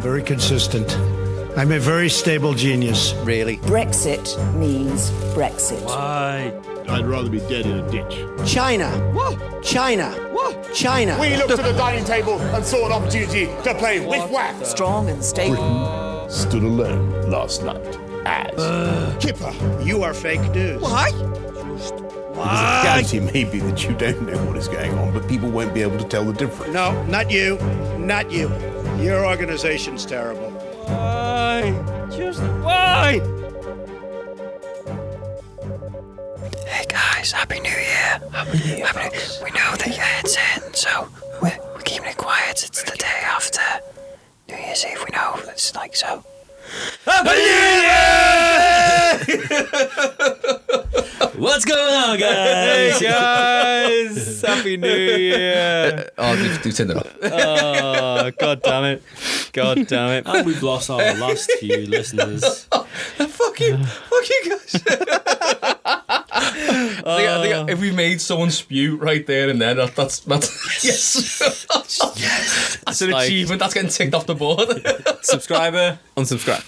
very consistent. I'm a very stable genius. Really? Brexit means Brexit. Why? I'd rather be dead in a ditch. China. What? China. What? China. We looked at the dining table and saw an opportunity to play with WAF. Strong and stable. Britain stood alone last night as Kipper, you are fake news. Why? Because the reality may be that you don't know what is going on, but people won't be able to tell the difference. No, not you. Not you. Your organization's terrible. Why? Just why? Hey guys, happy new year. Happy new year. we know that your head's in, so we're, we're keeping it quiet. It's the day after New Year's Eve. We know it's like so. What's going on, guys? hey guys, happy New Year! Oh, do, do turn that off. Oh, god damn it! God damn it! And we've lost our last few listeners. fuck you, fuck you guys. I think, I Uh. think if we made someone spew right there and then, that, that's that's yes, that's an like- achievement. That's getting ticked off the board. Subscriber, unsubscribe.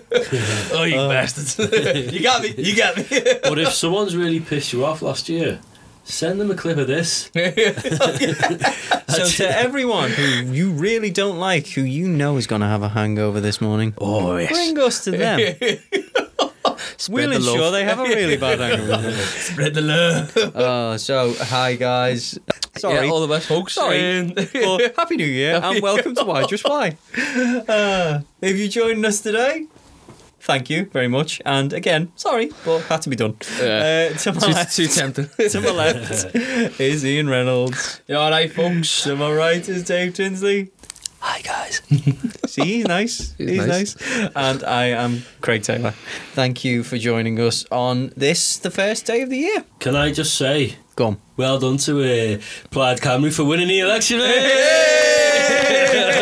Uh. oh, you bastards! you got me. You got me. but if someone's really pissed you off last year, send them a clip of this. So to everyone who you really don't like, who you know is going to have a hangover this morning, Oh yes. bring us to them. we'll the ensure love. they have a really bad Oh, hangover. Spread the love. Uh, so, hi guys. Sorry. Yeah, all the best, folks. Sorry. Um, Well, happy New Year and welcome to Why Just Why. Uh, if you joined us today, thank you very much. And again, sorry, but had to be done. Yeah. Uh, to, my too, left, too tempting. to my left is Ian Reynolds. You all right, folks? To my right is Dave Tinsley. Hi guys. See, he's nice. He's, He's nice. nice. And I am Craig Taylor. Thank you for joining us on this, the first day of the year. Can I just say, Go on. well done to uh, Plaid Camry for winning the election.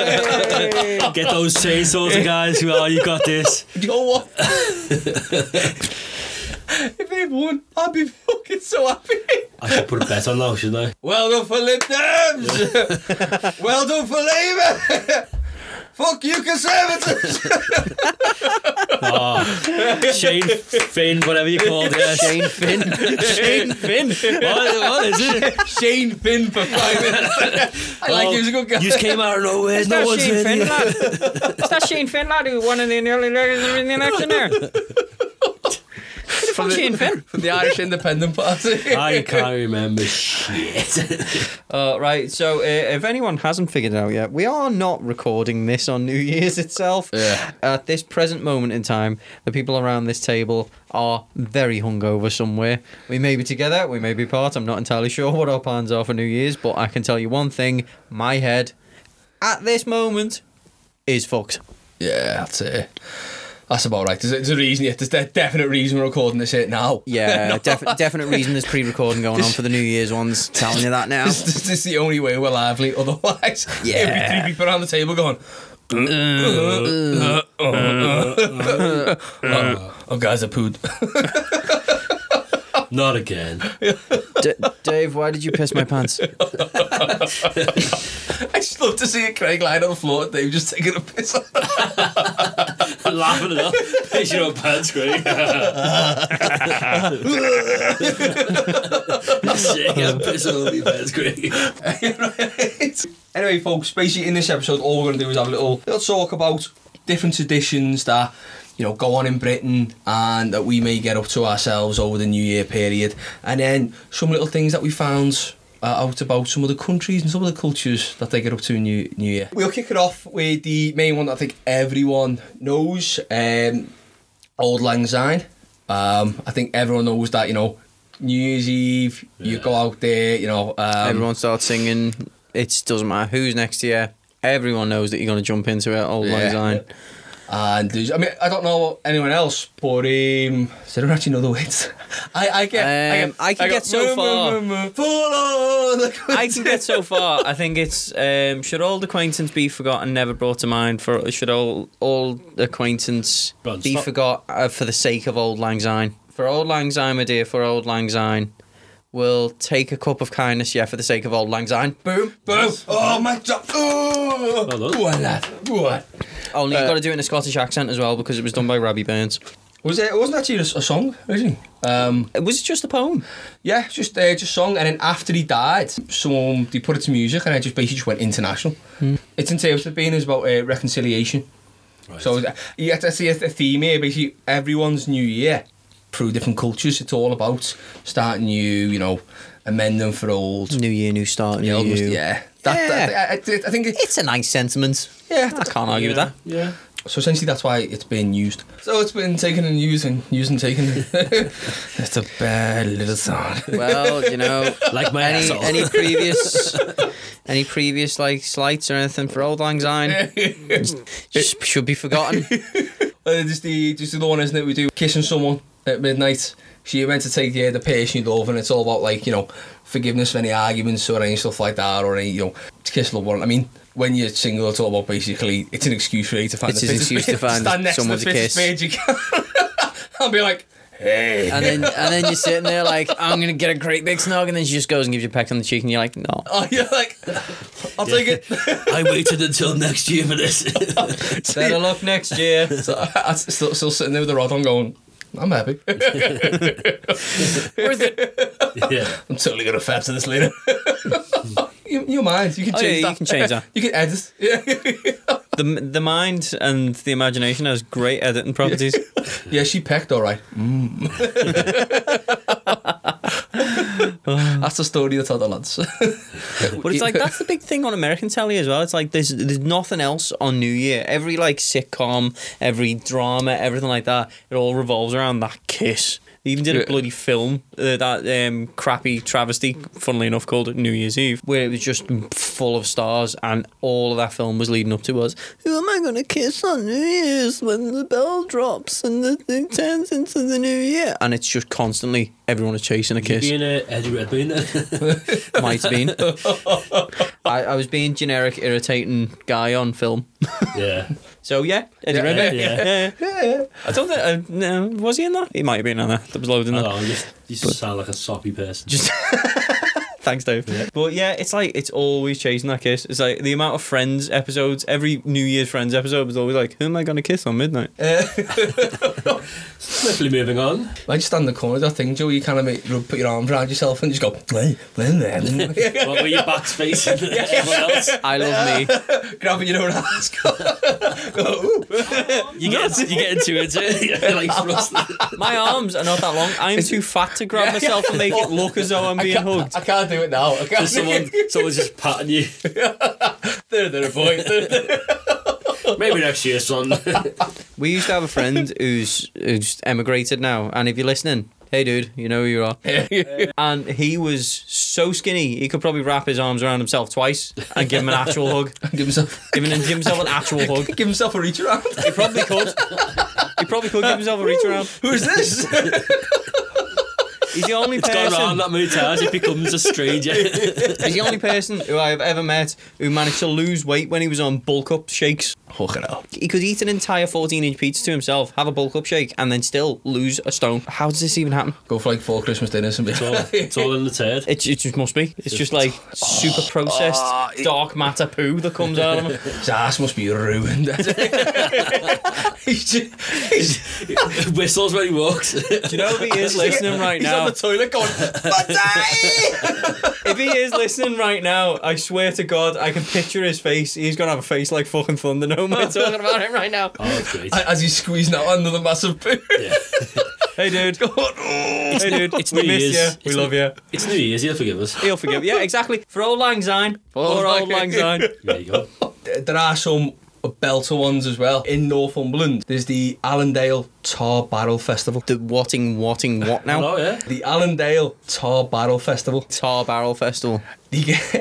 Get those chainsaws, guys. Who are you? Got this. You know what? if they won, I'd be fucking so happy. I should put a bet on now, shouldn't I? Well done for Lib Dems. well done for Labour. Fuck you, Conservatives. Shane Finn, whatever you call it. Shane Finn. Shane Finn. What, what is it? Oh, Shane Finn for five minutes. I like you as a good guy. You just came out of nowhere. no one's heard of you. It's not Shane Finn lad who won in the early days of the election there. from the, Shane Finn. From the Irish Independent Party. I can't remember shit. Uh, right, so uh, if anyone hasn't figured it out yet, we are not recording this on New Year's itself. Yeah. At this present moment in time, the people around this table are very hungover somewhere. We may be together, we may be apart. I'm not entirely sure what our plans are for New Year's, but I can tell you one thing my head, at this moment, is fucked. Yeah, that's it. That's about right. There's a, there's a reason, yeah. There's a definite reason we're recording this here now. Yeah, defi- definite reason there's pre recording going on for the New Year's ones. Telling you that now. This, this, this is the only way we're lively. Otherwise, yeah. Uh, it'd be three people around the table going, uh, oh, guys, I pooed. Not again. D- Dave, why did you piss my pants? I just love to see a Craig lying on the floor and Dave just taking a piss. Laughing it up. Picture on pants, Craig. Shit, I'm pissing all of your pants, Craig. anyway, folks, basically in this episode, all we're going to do is have a little, little talk about different traditions that you know go on in Britain and that we may get up to ourselves over the New Year period, and then some little things that we found. Uh, out about some of the countries and some of the cultures that they get up to in New, New Year. We'll kick it off with the main one that I think everyone knows um, Old Lang Syne. Um, I think everyone knows that, you know, New Year's Eve, you go out there, you know. Um, Everyone starts singing. It doesn't matter who's next to you. Everyone knows that you're going to jump into it. Old Lang Yeah. Syne. And there's, I mean, I don't know anyone else, but um, is there actually another words? I, I get, I Um, get, I can get so "Mu, mu, far." mu, mu, full on." I can get so far. I think it's um, should old acquaintance be forgotten, never brought to mind. For should old old acquaintance Go on, be stop. forgot uh, for the sake of old lang syne. For old lang syne, my dear. For old lang syne, will take a cup of kindness, yeah, for the sake of old Lang Syne. Boom. Boom! Oh my god! Oh, Well done. Go on, lad. Go on. Only you've got to do it in a Scottish accent as well because it was done by Robbie Burns. Was it? It wasn't actually a, s- a song, originally. Um, Uh, Was it just a poem? yeah, just uh, just song. And then after he died, someone they put it to music, and I just basically just went international. It's in terms of being is about uh, reconciliation. So uh, yeah, that's the, the theme here. Basically, everyone's new year through different cultures. It's all about starting new, you know, amending for old. New year, new start, new Yeah, almost- you. yeah. That, Yeah. that- I, I- I think it, It's a nice sentiment. Yeah, I can't argue with that. Yeah. So essentially, that's why it's been used. So it's been taken and used and used and taken. That's a bad little song. Well, you know, Like my any asshole. any previous any previous like slights or anything for old Lang Syne just should be forgotten. Uh, just the just the one, isn't it? We do kissing someone at midnight. So you're meant to take yeah, the person you love, and it's all about like you know forgiveness of any arguments or any stuff like that, or any you know to kiss loved one. I mean, when you're single, it's all about basically it's an excuse for you to find It's the an fittest excuse to bit- find stand next someone to to the fittest kiss. bit you can, and be like, hey, And then and then you're sitting there like, I'm gonna get a great big snog, and then she just goes and gives you a peck on the cheek, and you're like, no. oh, you're like, I'll take it. I waited until next year for this. Better luck next year. So I, am still, still sitting there with the rod on going, I'm happy. yeah. I'm totally going to fab to this later. you, your mind, you can Oh, change yeah, that. you can change that. You can edit. Yeah. The the mind and the imagination has great editing properties. yeah, she pecked all right. Mm. That's the story that's out the lads. But it's like that's the big thing on American telly as well. It's like there's there's nothing else on New Year. Every like sitcom, every drama, everything like that, it all revolves around that kiss. They even did a Yeah. bloody film uh, that um, crappy travesty, funnily enough, called New Year's Eve, where it was just full of stars, and all of that film was leading up to was who am I gonna kiss on New Year's when the bell drops and the thing turns into the new year, and it's just constantly everyone is chasing a kiss Being a Eddie Redmayne. might have been. I, I was being generic, irritating guy on film. yeah. So yeah, Eddie Yeah, Redmayne. yeah. yeah. I don't think. Uh, no, was he in that? He might have been in that. There was loads in that. Oh, you, you sound like a soppy person. Just thanks, Dave. But yeah, it's like it's always chasing that kiss. It's like the amount of Friends episodes. Every New Year's Friends episode was always like, "Who am I going to kiss on midnight?" swiftly moving on. I just stand in the corner of that thing, Joe. You kind of make, rub- put your arms around yourself and just go, "Hey, when then?" What were your backs facing? Everyone else? I love me. Grabbing your own ass. Go, "Ooh." You get you get into it. You're like thrust. My arms are not that long. I'm too fat to grab myself and make it look as though I'm being hugged. I can't do it now. I can't. Someone, someone's just patting you. there, there, boy. Maybe next year, son. We used to have a friend who's who's emigrated now, and if you're listening, hey dude, you know who you are. and he was so skinny, he could probably wrap his arms around himself twice and give him an actual hug, give himself, give, him, give himself an actual hug. give himself a reach around. He probably could. He probably could give himself a reach around. Who's this? He's the only Gone round person. that many times, it becomes a stranger. He's the only person who I have ever met who managed to lose weight when he was on bulk up shakes. Fucking hell. He could eat an entire 14 inch pizza to himself, have a bulk up shake, and then still lose a stone. How does this even happen? Go for like four Christmas dinners and be It's all, it's all in the turd. It, it just must be. It's just Ah, like super processed dark matter poo that comes out of him. His ass must be ruined. he's just, he's, Whistles when he walks. Oh, Do you know if he is listening right he's on now? the toilet going, "Batai!" If he is listening right now, I swear to God, I can picture his face. He's gonna have a face like fucking thunder. No man talking about him right now. Oh, it's great. As he's squeezing out another massive poo. Hey dude, hey dude, It's we New miss Year's. you. We It's love you. It's New Year's, he'll forgive us. He'll forgive. you. Yeah, exactly. For old lang syne. For old lang syne. There you go. There are some belter ones as well. In Northumberland, there's the Allendale Tar Barrel Festival. The whatting, whatting, what now? Oh, yeah. The Allendale Tar Barrel Festival. Tar Barrel Festival. you get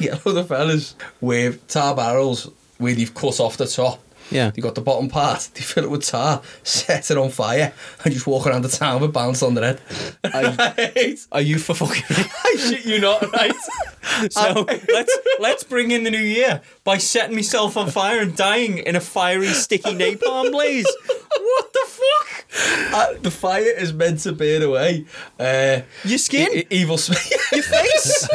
you get a load of fellas with tar barrels where they've cut off the top. Yeah. They've got the bottom part, they fill it with tar, set it on fire, and just walk around the town with a bounce on their head. Right? Are you for fucking? I shit you not, right? So let's let's bring in the new year by setting myself on fire and dying in a fiery, sticky napalm blaze. What the fuck? Uh, the fire is meant to burn away. Uh, Your skin? e- evil smell. Your face?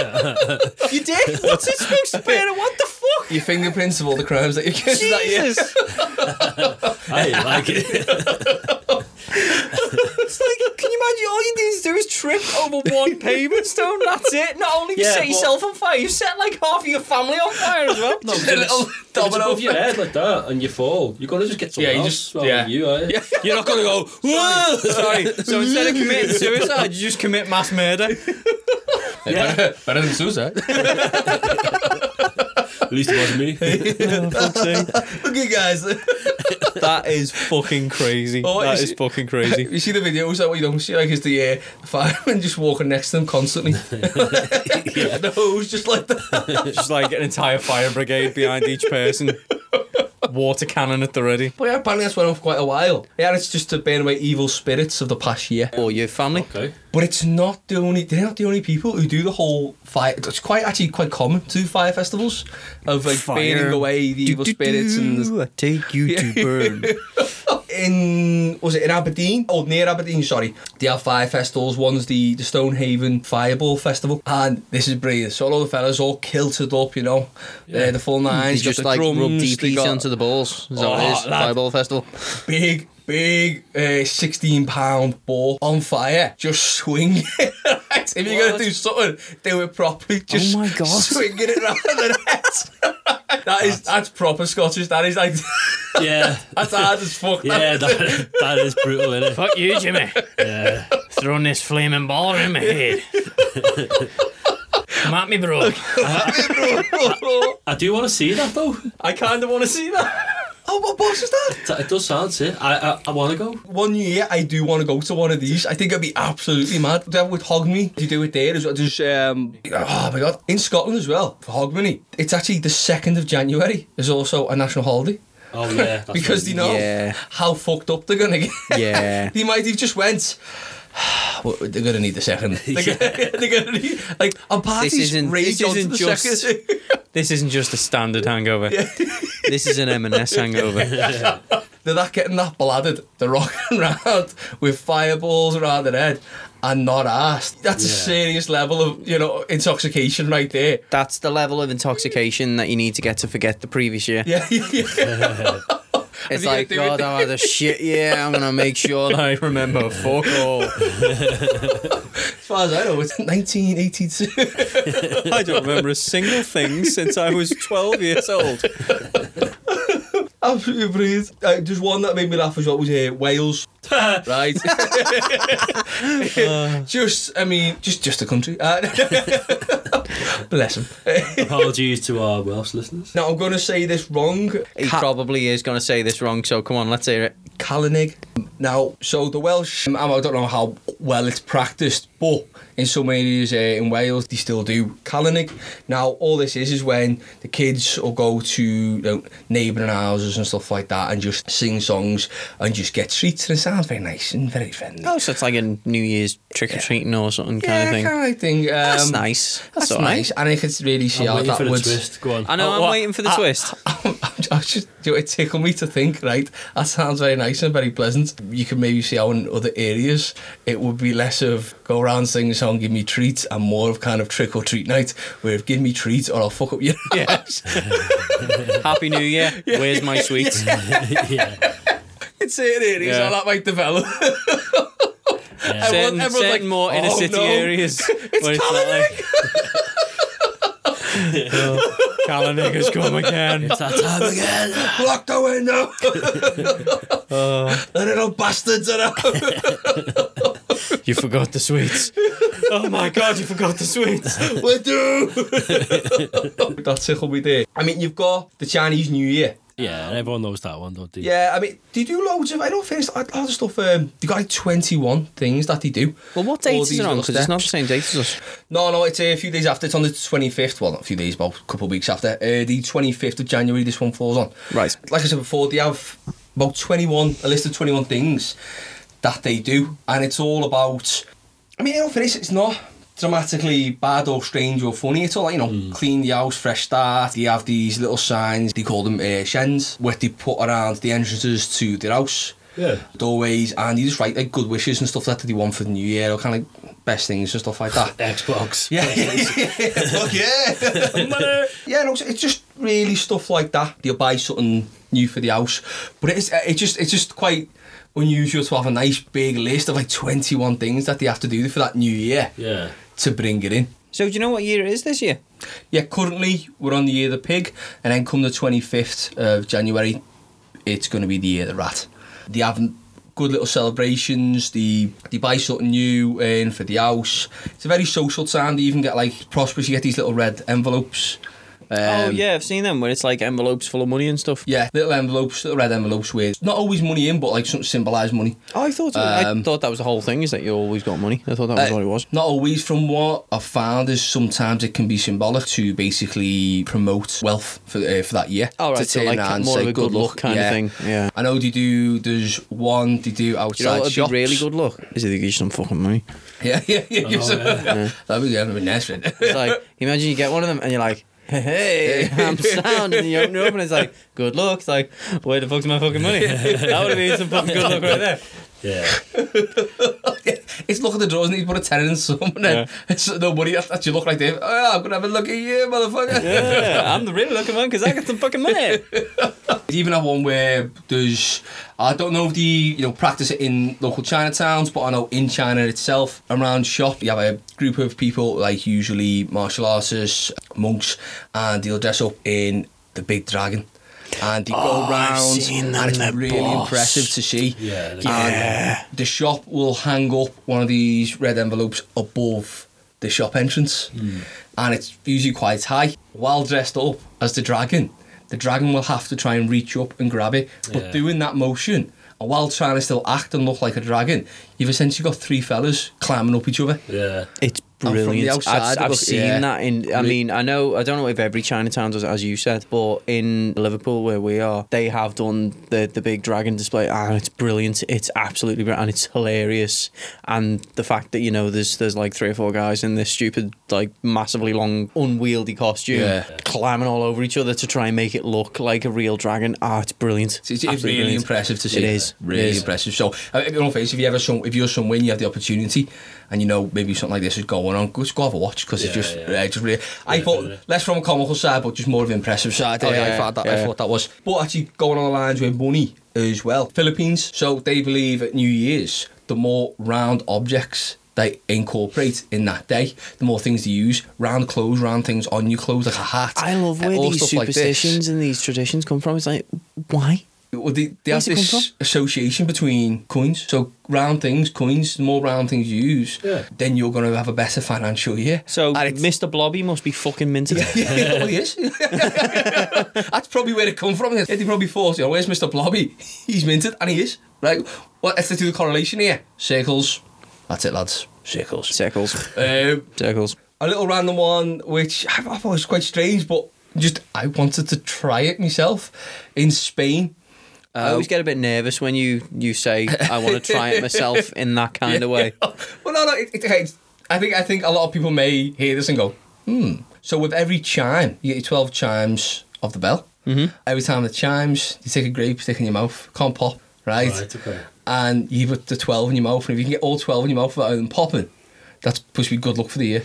you did? What's it supposed to be? What the fuck? Your fingerprints of all the crimes that you kissed that year. Jesus! I like it. It's like, can you imagine? All you need to do is trip over one pavement stone. That's it. Not only have you Yeah, set but- yourself on fire, you've set like half of your family on fire as well. No, 'cause A if little it's- if it's domino above your effect. head like that and you fall, you're gonna just get someone Yeah, you else just- rather than yeah. you, eh? are you? You're not gonna go. Whoa! Sorry. So instead of committing suicide, you just commit mass murder. Better, better than suicide. At least it wasn't me. Look at you guys. That is fucking crazy. Oh, that is is it- fucking crazy. You see the videos that we don't see, like, is the, uh, the fireman just walking next to them constantly. The hose just like that. Just like an entire fire brigade behind each person. Water cannon at the ready. But yeah, apparently that's went on for quite a while. Yeah, it's just to burn away evil spirits of the past year. Or your family. okay. But it's not the only. They're not the only people who do the whole fire. It's quite actually quite common to fire festivals of like burning away the evil spirits and. I take you to burn. In was it in Aberdeen? Oh, near Aberdeen. Sorry, they have fire festivals. One's the the Stonehaven Fireball Festival, and this is brilliant. So all the fellas all kilted up, you know, uh, the full nines. got the drums, they got the balls. Is that what it is? Fireball festival. big. Big uh, 16 pound ball on fire, just swing it. right? If you're gonna do something, do it properly. Just Oh my God. swinging it around the net. that is that's proper Scottish. That is like Yeah. that's hard as fuck. Yeah, that, that is brutal, innit? Fuck you, Jimmy. Uh, Throwing this flaming ball around my head. Come at me, bro. I do want to see that though. I kind of want to see that. Oh, what box is that? It- It does sound sick. I I, I want to go. One year, I do want to go to one of these. I think it'd be absolutely mad. That would Hogmanay. You do it there as well. Just, um, oh my god, in Scotland as well for Hogmanay. It's actually the second of January is also a national holiday. Oh yeah. that's because what- they know Yeah. how fucked up they're gonna get. Yeah. they might have just went. "Well, they're gonna need the second. They're gonna, they're gonna need like a party's isn't- rage this onto isn't the just- second. This isn't just a standard hangover. this is an M&S hangover. they're not getting that bladdered. They're rocking around with fireballs around their head and not asked. That's a Yeah. serious level of you know intoxication right there. That's the level of intoxication that you need to get to forget the previous year. Yeah, yeah. It's you like, gonna do God, it?" I had a shit year. I'm going to make sure that I remember fuck all. as far as I know, it's 1982. I don't remember a single thing since I was 12 years old. Absolutely brilliant. Uh, just one that made me laugh as well was uh, Wales. right. just, I mean, just just the country. Uh, bless him. Apologies to our Welsh listeners. now I'm going to say this wrong. He probably is going to say this wrong, so come on, let's hear it. Calinig. Now, so the Welsh, um, I don't know how well it's practiced, but in some areas uh, in Wales, they still do Calinig. Now, all this is is when the kids will go to you know, neighbouring houses and stuff like that and just sing songs and just get treats. And it sounds very nice and very friendly. Oh, so it's like a New Year's trick or treating or something kind of thing. kind of thing. Um, that's nice. That's, That's all right. nice. And I could really see I'm how waiting that for the would. twist. Go on. I know, Oh, I'm what? waiting for the I- twist. I'm, I'm just, do it tickle me to think, right? That sounds very nice and very pleasant. You can maybe see how in other areas it would be less of go around singing a song, give me treats, and more of kind of trick or treat night, where if give me treats or I'll fuck up your ass. Happy New Year. Where's my sweets? it's certain areas Yeah. how that might develop. Certain, everyone's certain like, more inner "Oh, city no, areas. where It's Calanig! Calanig Oh, has come again. It's that time oh, again. Lock the window. the little bastards are out. You forgot the sweets. Oh my god, you forgot the sweets. we do. that tickled me there. I mean, you've got the Chinese New Year. Yeah, and everyone knows that one, don't they? Yeah, I mean, they do loads of. I don't think it's loads of stuff. Um, they got like twenty-one things that they do. Well, what All date is these it on? little Because it's not the steps. same date as us. No, no, it's uh, a few days after. It's on the twenty-fifth. Well, not a few days, but a couple of weeks after. Uh, the twenty-fifth of January, this one falls on. Right. Like I said before, they have about twenty-one a list of twenty-one things that they do, and it's all about. I mean, you know, for this, it's not dramatically bad or strange or funny. It's all like, you know, clean the house, fresh start. They have these little signs, they call them uh, shens, where they put around the entrances to their house. Yeah. doorways, and you just write like good wishes and stuff like that you want for the new year, or kind of like best things and stuff like that. Xbox. Yeah. Fuck yeah. yeah, no, it's- it's just really stuff like that. You'll buy something new for the house, but it's it's just it's just quite unusual to have a nice big list of like 21 things that they have to do for that new year. Yeah. To bring it in. So do you know what year it is this year? Yeah, currently we're on the year of the pig, and then come the 25th of January, it's going to be the year of the rat. They have good little celebrations, they, they buy something new in for the house. It's a very social time, they even get like prosperous, you get these little red envelopes. oh Um, yeah, I've seen them where it's like envelopes full of money and stuff. Yeah, little envelopes, little red envelopes with not always money in, but like something symbolised money. Oh, I thought I thought that was the whole thing is that you always got money. I thought that was Uh, what it was. Not always. From what I've found is sometimes it can be symbolic to basically promote wealth for uh, for that year. Oh, right, to so turn like around and more of say, a good luck kind of yeah. thing, yeah. I know they do. There's one they do outside You know what would shops. be really good luck is if they give you some fucking money. Yeah, yeah, yeah. yeah. Oh, yeah. That'd be that'd be nice. wouldn't it? It's like imagine you get one of them and you're like, hey, I'm sound, and you open it up and it's like, good luck. It's like, where the fuck's my fucking money? that would have been some fucking good luck right there. Yeah. It's look at the drawers and he's put a tenant in some and then it's nobody that's, that's your look like Dave. Oh, I'm gonna have a look at you, motherfucker. Yeah, I'm the real looking one because I got some fucking money. They even have one where there's I don't know if the you know practice it in local Chinatowns, but I know in China itself, around shop, you have a group of people like usually martial artists, monks, and they'll dress up in the big dragon. And they Oh, go I've round seen them, and it's they're really boss. impressive to see. Yeah, they- Yeah. And the shop will hang up one of these red envelopes above the shop entrance and it's usually quite high. While dressed up as the dragon, the dragon will have to try and reach up and grab it, but Yeah. doing that motion and while trying to still act and look like a dragon, you've essentially got three fellas climbing up each other. Yeah. It's And from the brilliant. outside, I've, I've look- seen yeah. that in. I Re- mean, I know. I don't know if every Chinatown does it, as you said, but in Liverpool where we are, they have done the the big dragon display, and it's brilliant. It's absolutely brilliant, and it's hilarious. And the fact that you know there's there's like three or four guys in this stupid like massively long unwieldy costume, Yeah. climbing all over each other to try and make it look like a real dragon. Ah, it's brilliant. It's, it's Absolutely really brilliant. impressive to see. It is It really is. impressive. So, uh, I mean, on face, if you ever some, if you're somewhere and you have the opportunity, and you know maybe something like this is going on, just go have a watch because it's Yeah, just, yeah. uh, just really. I Yeah, thought yeah. less from a comical side, but just more of an impressive side. Oh, I- I, yeah, thought that, I yeah. thought that was. But actually, going on the lines with money as well. Philippines. So they believe at New Year's, the more round objects. They incorporate in that day. The more things they use, round clothes, round things on your clothes, like a hat. I love uh, where all these stuff like this. superstitions and these traditions come from. It's like, why? Well, they, they have Where's it come this association between coins. So round things, coins, the more round things you use, Yeah. then you're going to have a better financial year. So Mr. Blobby must be fucking minted. Yeah, it probably is. That's probably where it come from. Yeah, they probably thought, you know, where's Mr. Blobby? He's minted, and he is. Right, well, let's do the correlation here. Circles. That's it, lads. Circles. Circles. Um, Circles. a little random one, which I I thought was quite strange, but just I wanted to try it myself. In Spain, I always get a bit nervous when you, you say, I want to try it myself in that kind of way. well, no, no. It, it, it's- I think I think a lot of people may hear this and go, hmm. So with every chime, you get your twelve chimes of the bell. Mm-hmm. Every time the chimes, you take a grape, stick it in your mouth, can't pop, right? Right, okay. And you put the twelve in your mouth, and if you can get all twelve in your mouth without them popping, that's supposed to be good luck for the year.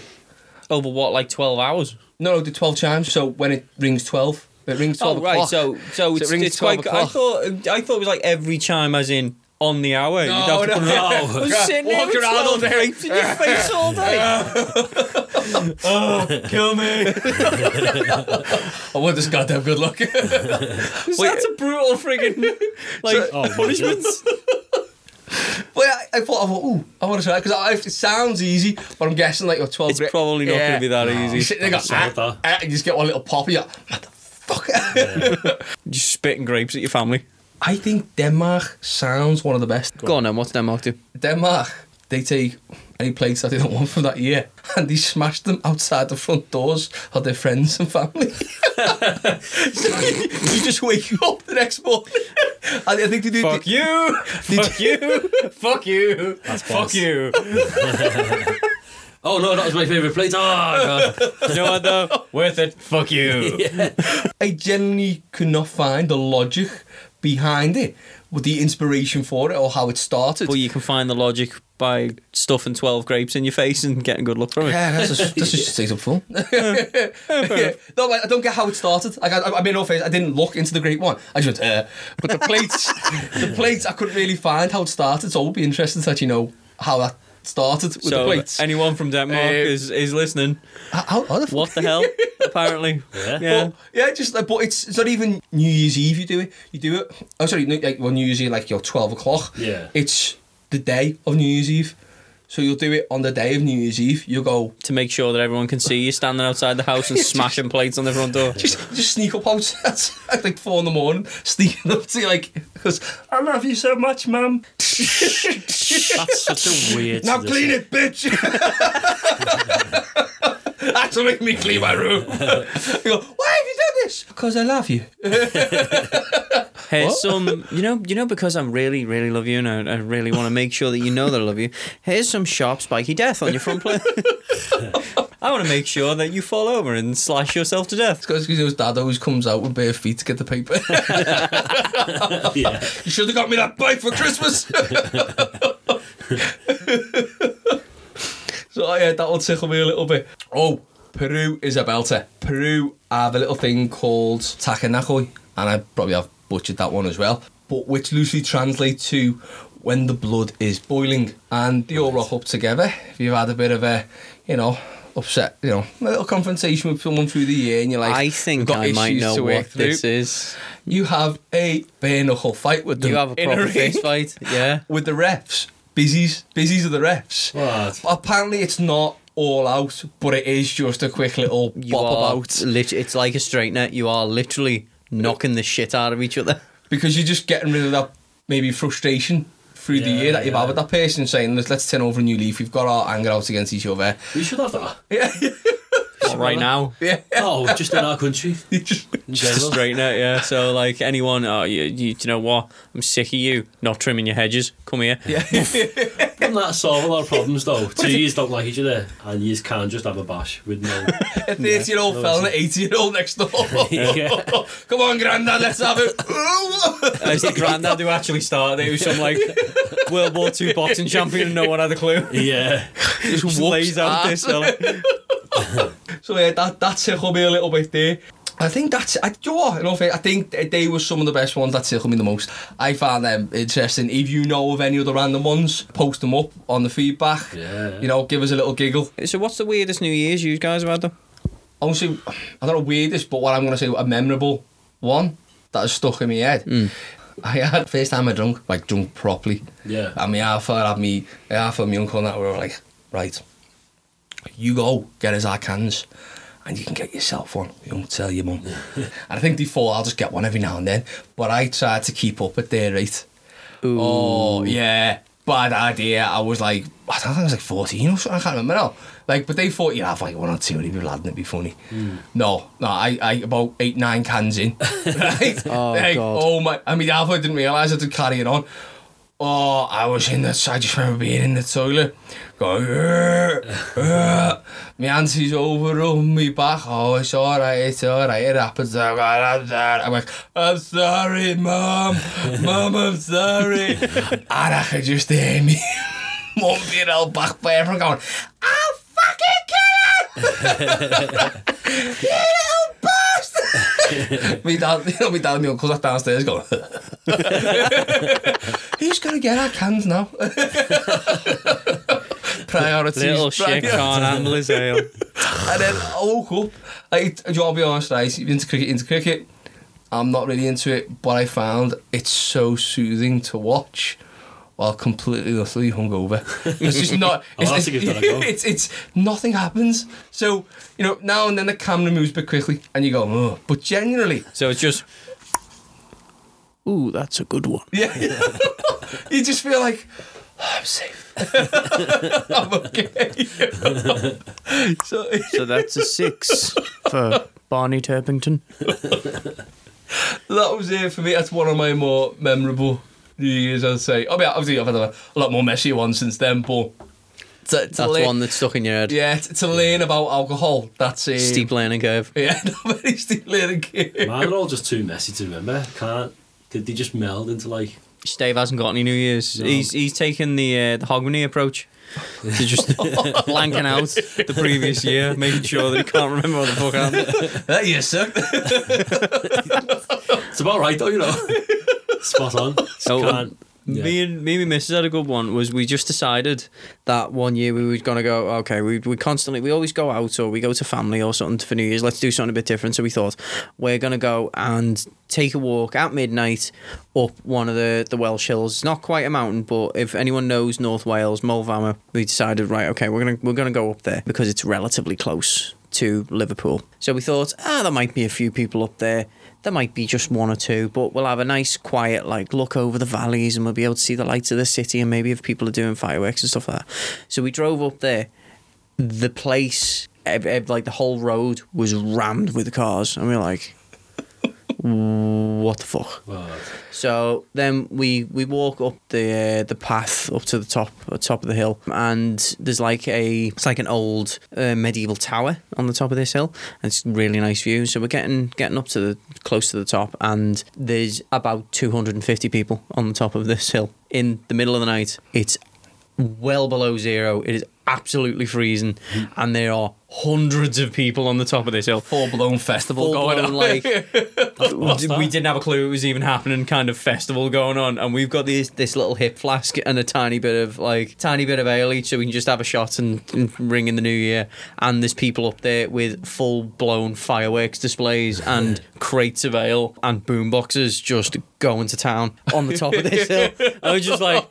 Over what, like 12 hours? No, no, the twelve chimes. So when it rings twelve, it rings twelve. Oh, right. o'clock. So, so it's, rings it's quite 12 good. I o'clock. thought, I thought it was like every chime, as in on the hour. No, You'd have to no. put it- I was sitting there Walk with around all 12 day. grapes in your face all day. oh, kill me. I want this goddamn good luck. That's a brutal friggin' like Oh, my punishments. But I, I thought, I thought, ooh, I want to try it because it sounds easy, but I'm guessing like your 12 It's probably not gonna be that No. easy. You sit there and go, That's ah, not that. ah, and you just get one little pop, you're like, motherfucker. Just spitting grapes at your family. I think Denmark sounds one of the best. Go on then, what's Denmark do? Denmark, they take any plates that they don't want from that year and they smash them outside the front doors of their friends and family. so you, you just wake up the next morning. And I think they do. Fuck they- you! Fuck you! Fuck you! boss. Fuck you! Oh no, that was my favourite plate. Oh god. You know what though? Worth it. Fuck you. I generally could not find the logic behind it, with the inspiration for it or how it started. Well, you can find the logic by stuffing 12 grapes in your face and getting good luck from it. Yeah, that's just, that's just stays up full. yeah. No, I I don't get how it started. Like, I, I, I mean, no offense, I didn't look into the Great One. I just, uh, but the plates, the plates, I couldn't really find how it started. So it would be interesting to actually know how that started with the so plates. anyone from Denmark Um, Uh, is, is listening. How, how the fuck? What the hell? Apparently. Yeah. But, yeah, just like, but it's, it's not even New Year's Eve. You do it. You do it. Oh, sorry, no, like well, New Year's Eve, like your twelve o'clock. Yeah. It's the day of New Year's Eve, so you'll do it on the day of New Year's Eve. You go To make sure that everyone can see you standing outside the house and smashing plates on the front door. just just sneak up out at like four in the morning, sneaking up to you, like because I love you so much, mum. That's such a weird. now clean it, bitch. That's what make me clean my room. you go, why have you done this? Because I love you. Here's some, you know, you know, because I'm really, really love you, and I, I really want to make sure that you know that I love you. Here's some sharp, spiky death on your front plate. I want to make sure that you fall over and slash yourself to death. Because his dad always comes out with bare feet to get the paper. You should have got me that bike for Christmas. so yeah, that will tickle me a little bit. Oh, Peru is a belter. Peru have a little thing called takanakoi, and I probably have butchered that one as well. But which loosely translates to when the blood is boiling, and they all rock up together. If you've had a bit of a, you know. Upset, you know, a little confrontation with someone through the year, and you're like, I "We've think got I might issues know to work what this through." is. You have a bare knuckle fight with them. You have a in proper ring face fight. Yeah. with the refs. Busies, busies are the refs. But Apparently, it's not all out, but it is just a quick little You bop are about lit- it's like a straightener. You are literally knocking the shit out of each other. because you're just getting rid of that maybe frustration through the year that you've had with that person saying, "Let's let's turn over a new leaf. We've got our anger out against each other." We should have that. right now. Yeah. Oh, just in our country. You just- In Just to general. straighten it, yeah. So, like, anyone, oh, you, you, do you know what? I'm sick of you not trimming your hedges. Come here. Yeah. Doesn't that solve a lot of problems though? Two years don't like each other, and you can just have a bash with no. a thirty-year-old No, fella and it's- an eighty-year-old next door. Yeah. Come on, granddad, let's have it. It's the granddad who actually started it, who's some, like, World War II boxing champion and no one had a clue. Yeah. Just lays out this fella. So yeah, that that tickled me a little bit there. I think that's I, you know what, in all fair, I think th- they were some of the best ones that tickled me the most. I found them interesting. If you know of any other random ones, post them up on the feedback. Yeah. You know, give us a little giggle. So, what's the weirdest New Year's you guys have had, though? Honestly, I don't know weirdest, but what I'm going to say a memorable one that has stuck in my head. I had first time I drunk, like drunk properly. Yeah. And my half had me half of my uncle and that were like, right, you go get us our cans and you can get yourself one. You don't tell your mum. and I think they thought I'll just get one every now and then. But I tried to keep up at their rate. Oh yeah. Bad idea. I was like, I don't think I was like 14 or something. I can't remember now. Like, but they thought you'd have like one or two, and it'd be lad, and it'd be funny. Hmm. No, no, I, I about eight, nine cans in. right? Oh, Like, God. oh my! I mean, half I didn't realise I was carrying on. Oh, I was in the. I just remember being in the toilet, øh, going. "Urgh, urgh." my auntie's over on me back. Oh, it's all right. It's all right. It happens. I'm like, I'm sorry. I'm, like, I'm sorry, mum. mum, I'm sorry. and I could just hear me, mum being held back by everyone going, "I'll fucking kill him." You little bastard! me dad, you know, me dad and my uncle sat downstairs going, Who's going to get our cans now? priorities. Little shit priorities. can't handle his ale. And then I woke up. Like, do you want to be honest, right? If you're into cricket, into cricket. I'm not really into it, but I found it's so soothing to watch while completely utterly hungover. It's just not. I'll it's, have to give that Oh, a go. it's it's nothing happens. So you know now and then the camera moves a bit quickly, and you go, oh. but generally, So, it's just. Ooh, that's a good one. yeah, you just feel like "Oh, I'm safe. I'm okay. so So that's a six for Barney Turpington. that was it for me. That's one of my more memorable New Year's, I'd say. I mean, obviously, I've had a, a lot more messy ones since then, but. To, to That's learn- one that's stuck in your head. Yeah, t- to learn about alcohol, that's a. Steep learning curve. Yeah, not very steep learning curve. Mine are all just too messy to remember. Can't Did they just meld into like? Stave hasn't got any New Year's. No. He's he's taken the uh, the Hogmanay approach. to just blanking out the previous year, making sure that he can't remember what the fuck happened. That year sucked. It's about right though, you know. Spot on. Just Oh, can't- Me and me and my missus had a good one. Was we just decided that one year we were gonna go? Okay, we we constantly we always go out or we go to family or something for New Year's. Let's do something a bit different. So we thought we're gonna go and take a walk at midnight up one of the the Welsh hills. It's not quite a mountain, but if anyone knows North Wales, Mulvama, we decided right. Okay, we're gonna we're gonna go up there because it's relatively close to Liverpool. So we thought, ah, there might be a few people up there. There might be just one or two, but we'll have a nice, quiet, like, look over the valleys and we'll be able to see the lights of the city and maybe if people are doing fireworks and stuff like that. So we drove up there. The place, ev- ev- like, the whole road was rammed with cars. And we were like, what the fuck? So then we we walk up the uh, the path up to the top uh, top of the hill, and there's like a it's like an old uh, medieval tower on the top of this hill, and it's really nice view. So we're getting getting up to the close to the top, and there's about 250 people on the top of this hill in the middle of the night. It's well below zero. It is absolutely freezing, Hmm. and there are hundreds of people on the top of this hill. Full blown festival going on. Like what's we didn't have a clue it was even happening. Kind of festival going on, and we've got this this little hip flask and a tiny bit of like tiny bit of ale each, so we can just have a shot and, and ring in the new year. And there's people up there with full blown fireworks displays and crates of ale and boomboxes just going to town on the top of this hill. I was just like,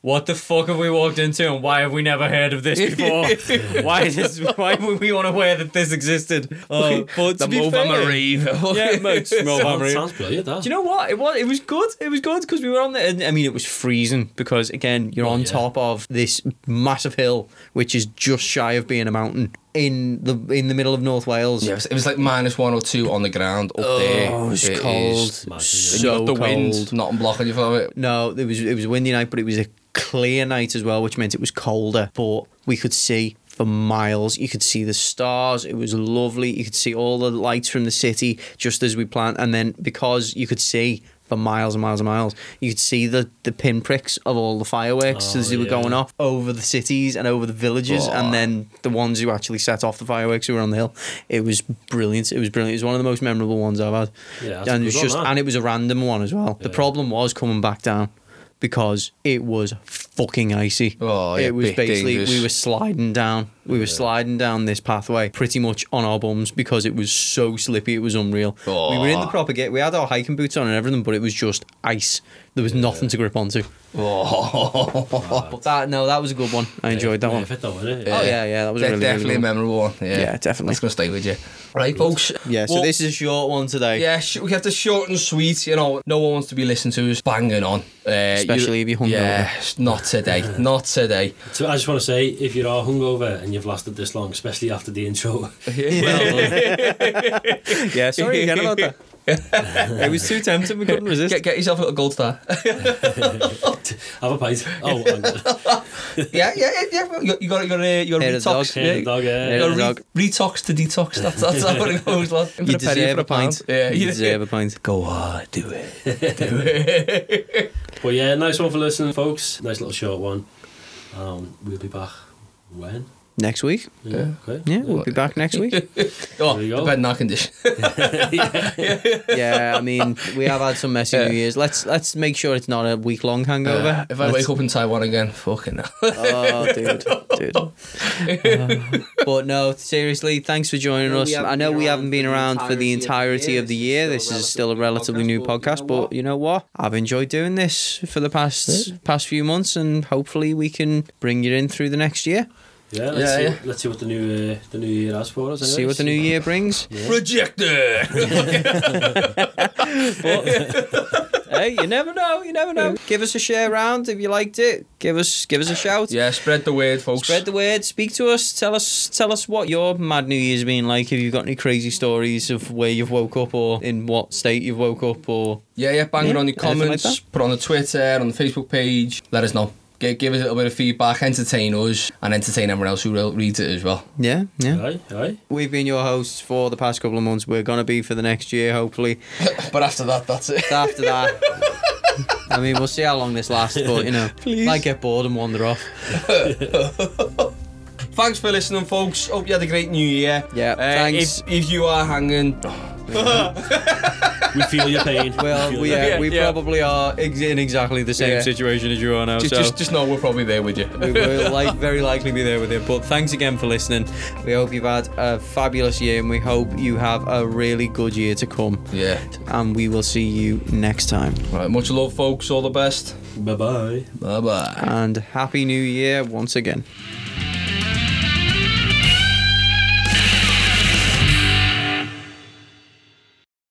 what the fuck have we walked into, and why have we never heard of this before? why is this? Why were we unaware that this existed? Uh, but The to be Mo fair, Van Rave. yeah, Mo, it's Mo Van Sounds- Rave. sounds brilliant, that. Do you know what? It was it was good. It was good because we were on the. and, I mean, it was freezing because again, you're on top of this massive hill, which is just shy of being a mountain in the in the middle of North Wales. Yeah, it was, it was like minus one or two on the ground up Oh, there. it was is cold. mad, isn't So it? And you got the cold. wind, not blocking you from it. No, it was it was a windy night, but it was a clear night as well, which meant it was colder. But we could see for miles. You could see the stars. It was lovely. You could see all the lights from the city just as we planned. And then because you could see for miles and miles and miles, you could see the the pinpricks of all the fireworks Oh, as they were yeah. going off over the cities and over the villages, Oh. and then the ones who actually set off the fireworks who were on the hill. It was brilliant. It was brilliant. It was one of the most memorable ones I've had. Yeah, that's and a it was good one, just that. and and it was a random one as well. The problem was coming back down because it was fucking icy. Oh, yeah, it was bit basically dangerous. we were sliding down. We were sliding down this pathway pretty much on our bums because it was so slippy. It was unreal. We were in the Oh. proper gate. We had our hiking boots on and everything, but it was just ice. There was nothing to grip onto. Oh. But that no, that was a good one. I enjoyed that one. Oh yeah, yeah, that was De- a really, definitely really good a one. memorable one. Yeah, Yeah, definitely. That's gonna stay with you. Right, folks. Yeah, so this is a short one today. Yeah, sh- we kept it short and sweet. You know, no one wants to be listened to us banging on. Uh, Especially if you're hungover. Yeah, not today. not today. So I just want to say, if you are hungover and you've lasted this long, especially after the intro, yeah, sorry again about that. it was too tempting. We couldn't resist. Get, get yourself a little gold star. have a pint. Oh, hang on. yeah, yeah, yeah, yeah. well, You, you got, you got, a, you got a Hair retox. of the dog, hair of the dog, yeah. You Hair of got the re- dog. retox to detox. That's, that's how it goes, lad. In for You a penny, in deserve for a pint. pound. Yeah, You deserve a pint. Go on, do it. But yeah, nice one for listening, folks. Nice little short one. Um, we'll be back when? Next week. Yeah, okay. Yeah, we'll be back next week. Oh, depending on condition. yeah, I mean, we have had some messy New Year's. Let's let's make sure it's not a week long hangover. Uh, if I Let's- wake up in Taiwan again, fucking hell. oh, dude, dude. Uh, but no, seriously, thanks for joining No, we us. haven't I know been we around haven't been for the around for the entirety of the year. This is still a relatively new podcast, but you know what? I've enjoyed doing this for the past past few months, and hopefully we can bring you in through the next year. Yeah, let's, Yeah, see, yeah. let's see what the new uh, the new year has for us. See what the new year brings. hey, you never know. You never know. Give us a share round if you liked it. Give us give us a shout. Yeah, spread the word, folks. Spread the word. Speak to us. Tell us tell us what your mad New Year's been like. If you've got any crazy stories of where you've woke up or in what state you've woke up or Yeah, yeah, bang it Yeah, on your anything like comments, that. put it on the Twitter, on the Facebook page, let us know. G- give us a little bit of feedback, entertain us, and entertain everyone else who re- reads it as well. Yeah, yeah. Aye, aye. We've been your hosts for the past couple of months. We're gonna be for the next year, hopefully. but after that, that's it. After that, I mean, we'll see how long this lasts. But you know, Please. might get bored and wander off. Thanks for listening, folks. Hope you had a great new year. Yeah, thanks. If, if you are hanging, we feel your pain. Well, we, yeah, we probably are ex- in exactly the same Yeah. situation as you are now. just, so just, just know we're probably there with you. we will like very likely be there with you. But thanks again for listening. We hope you've had a fabulous year, and we hope you have a really good year to come. Yeah. And we will see you next time. Right, much love, folks. All the best. Bye bye. Bye bye. And happy new year once again.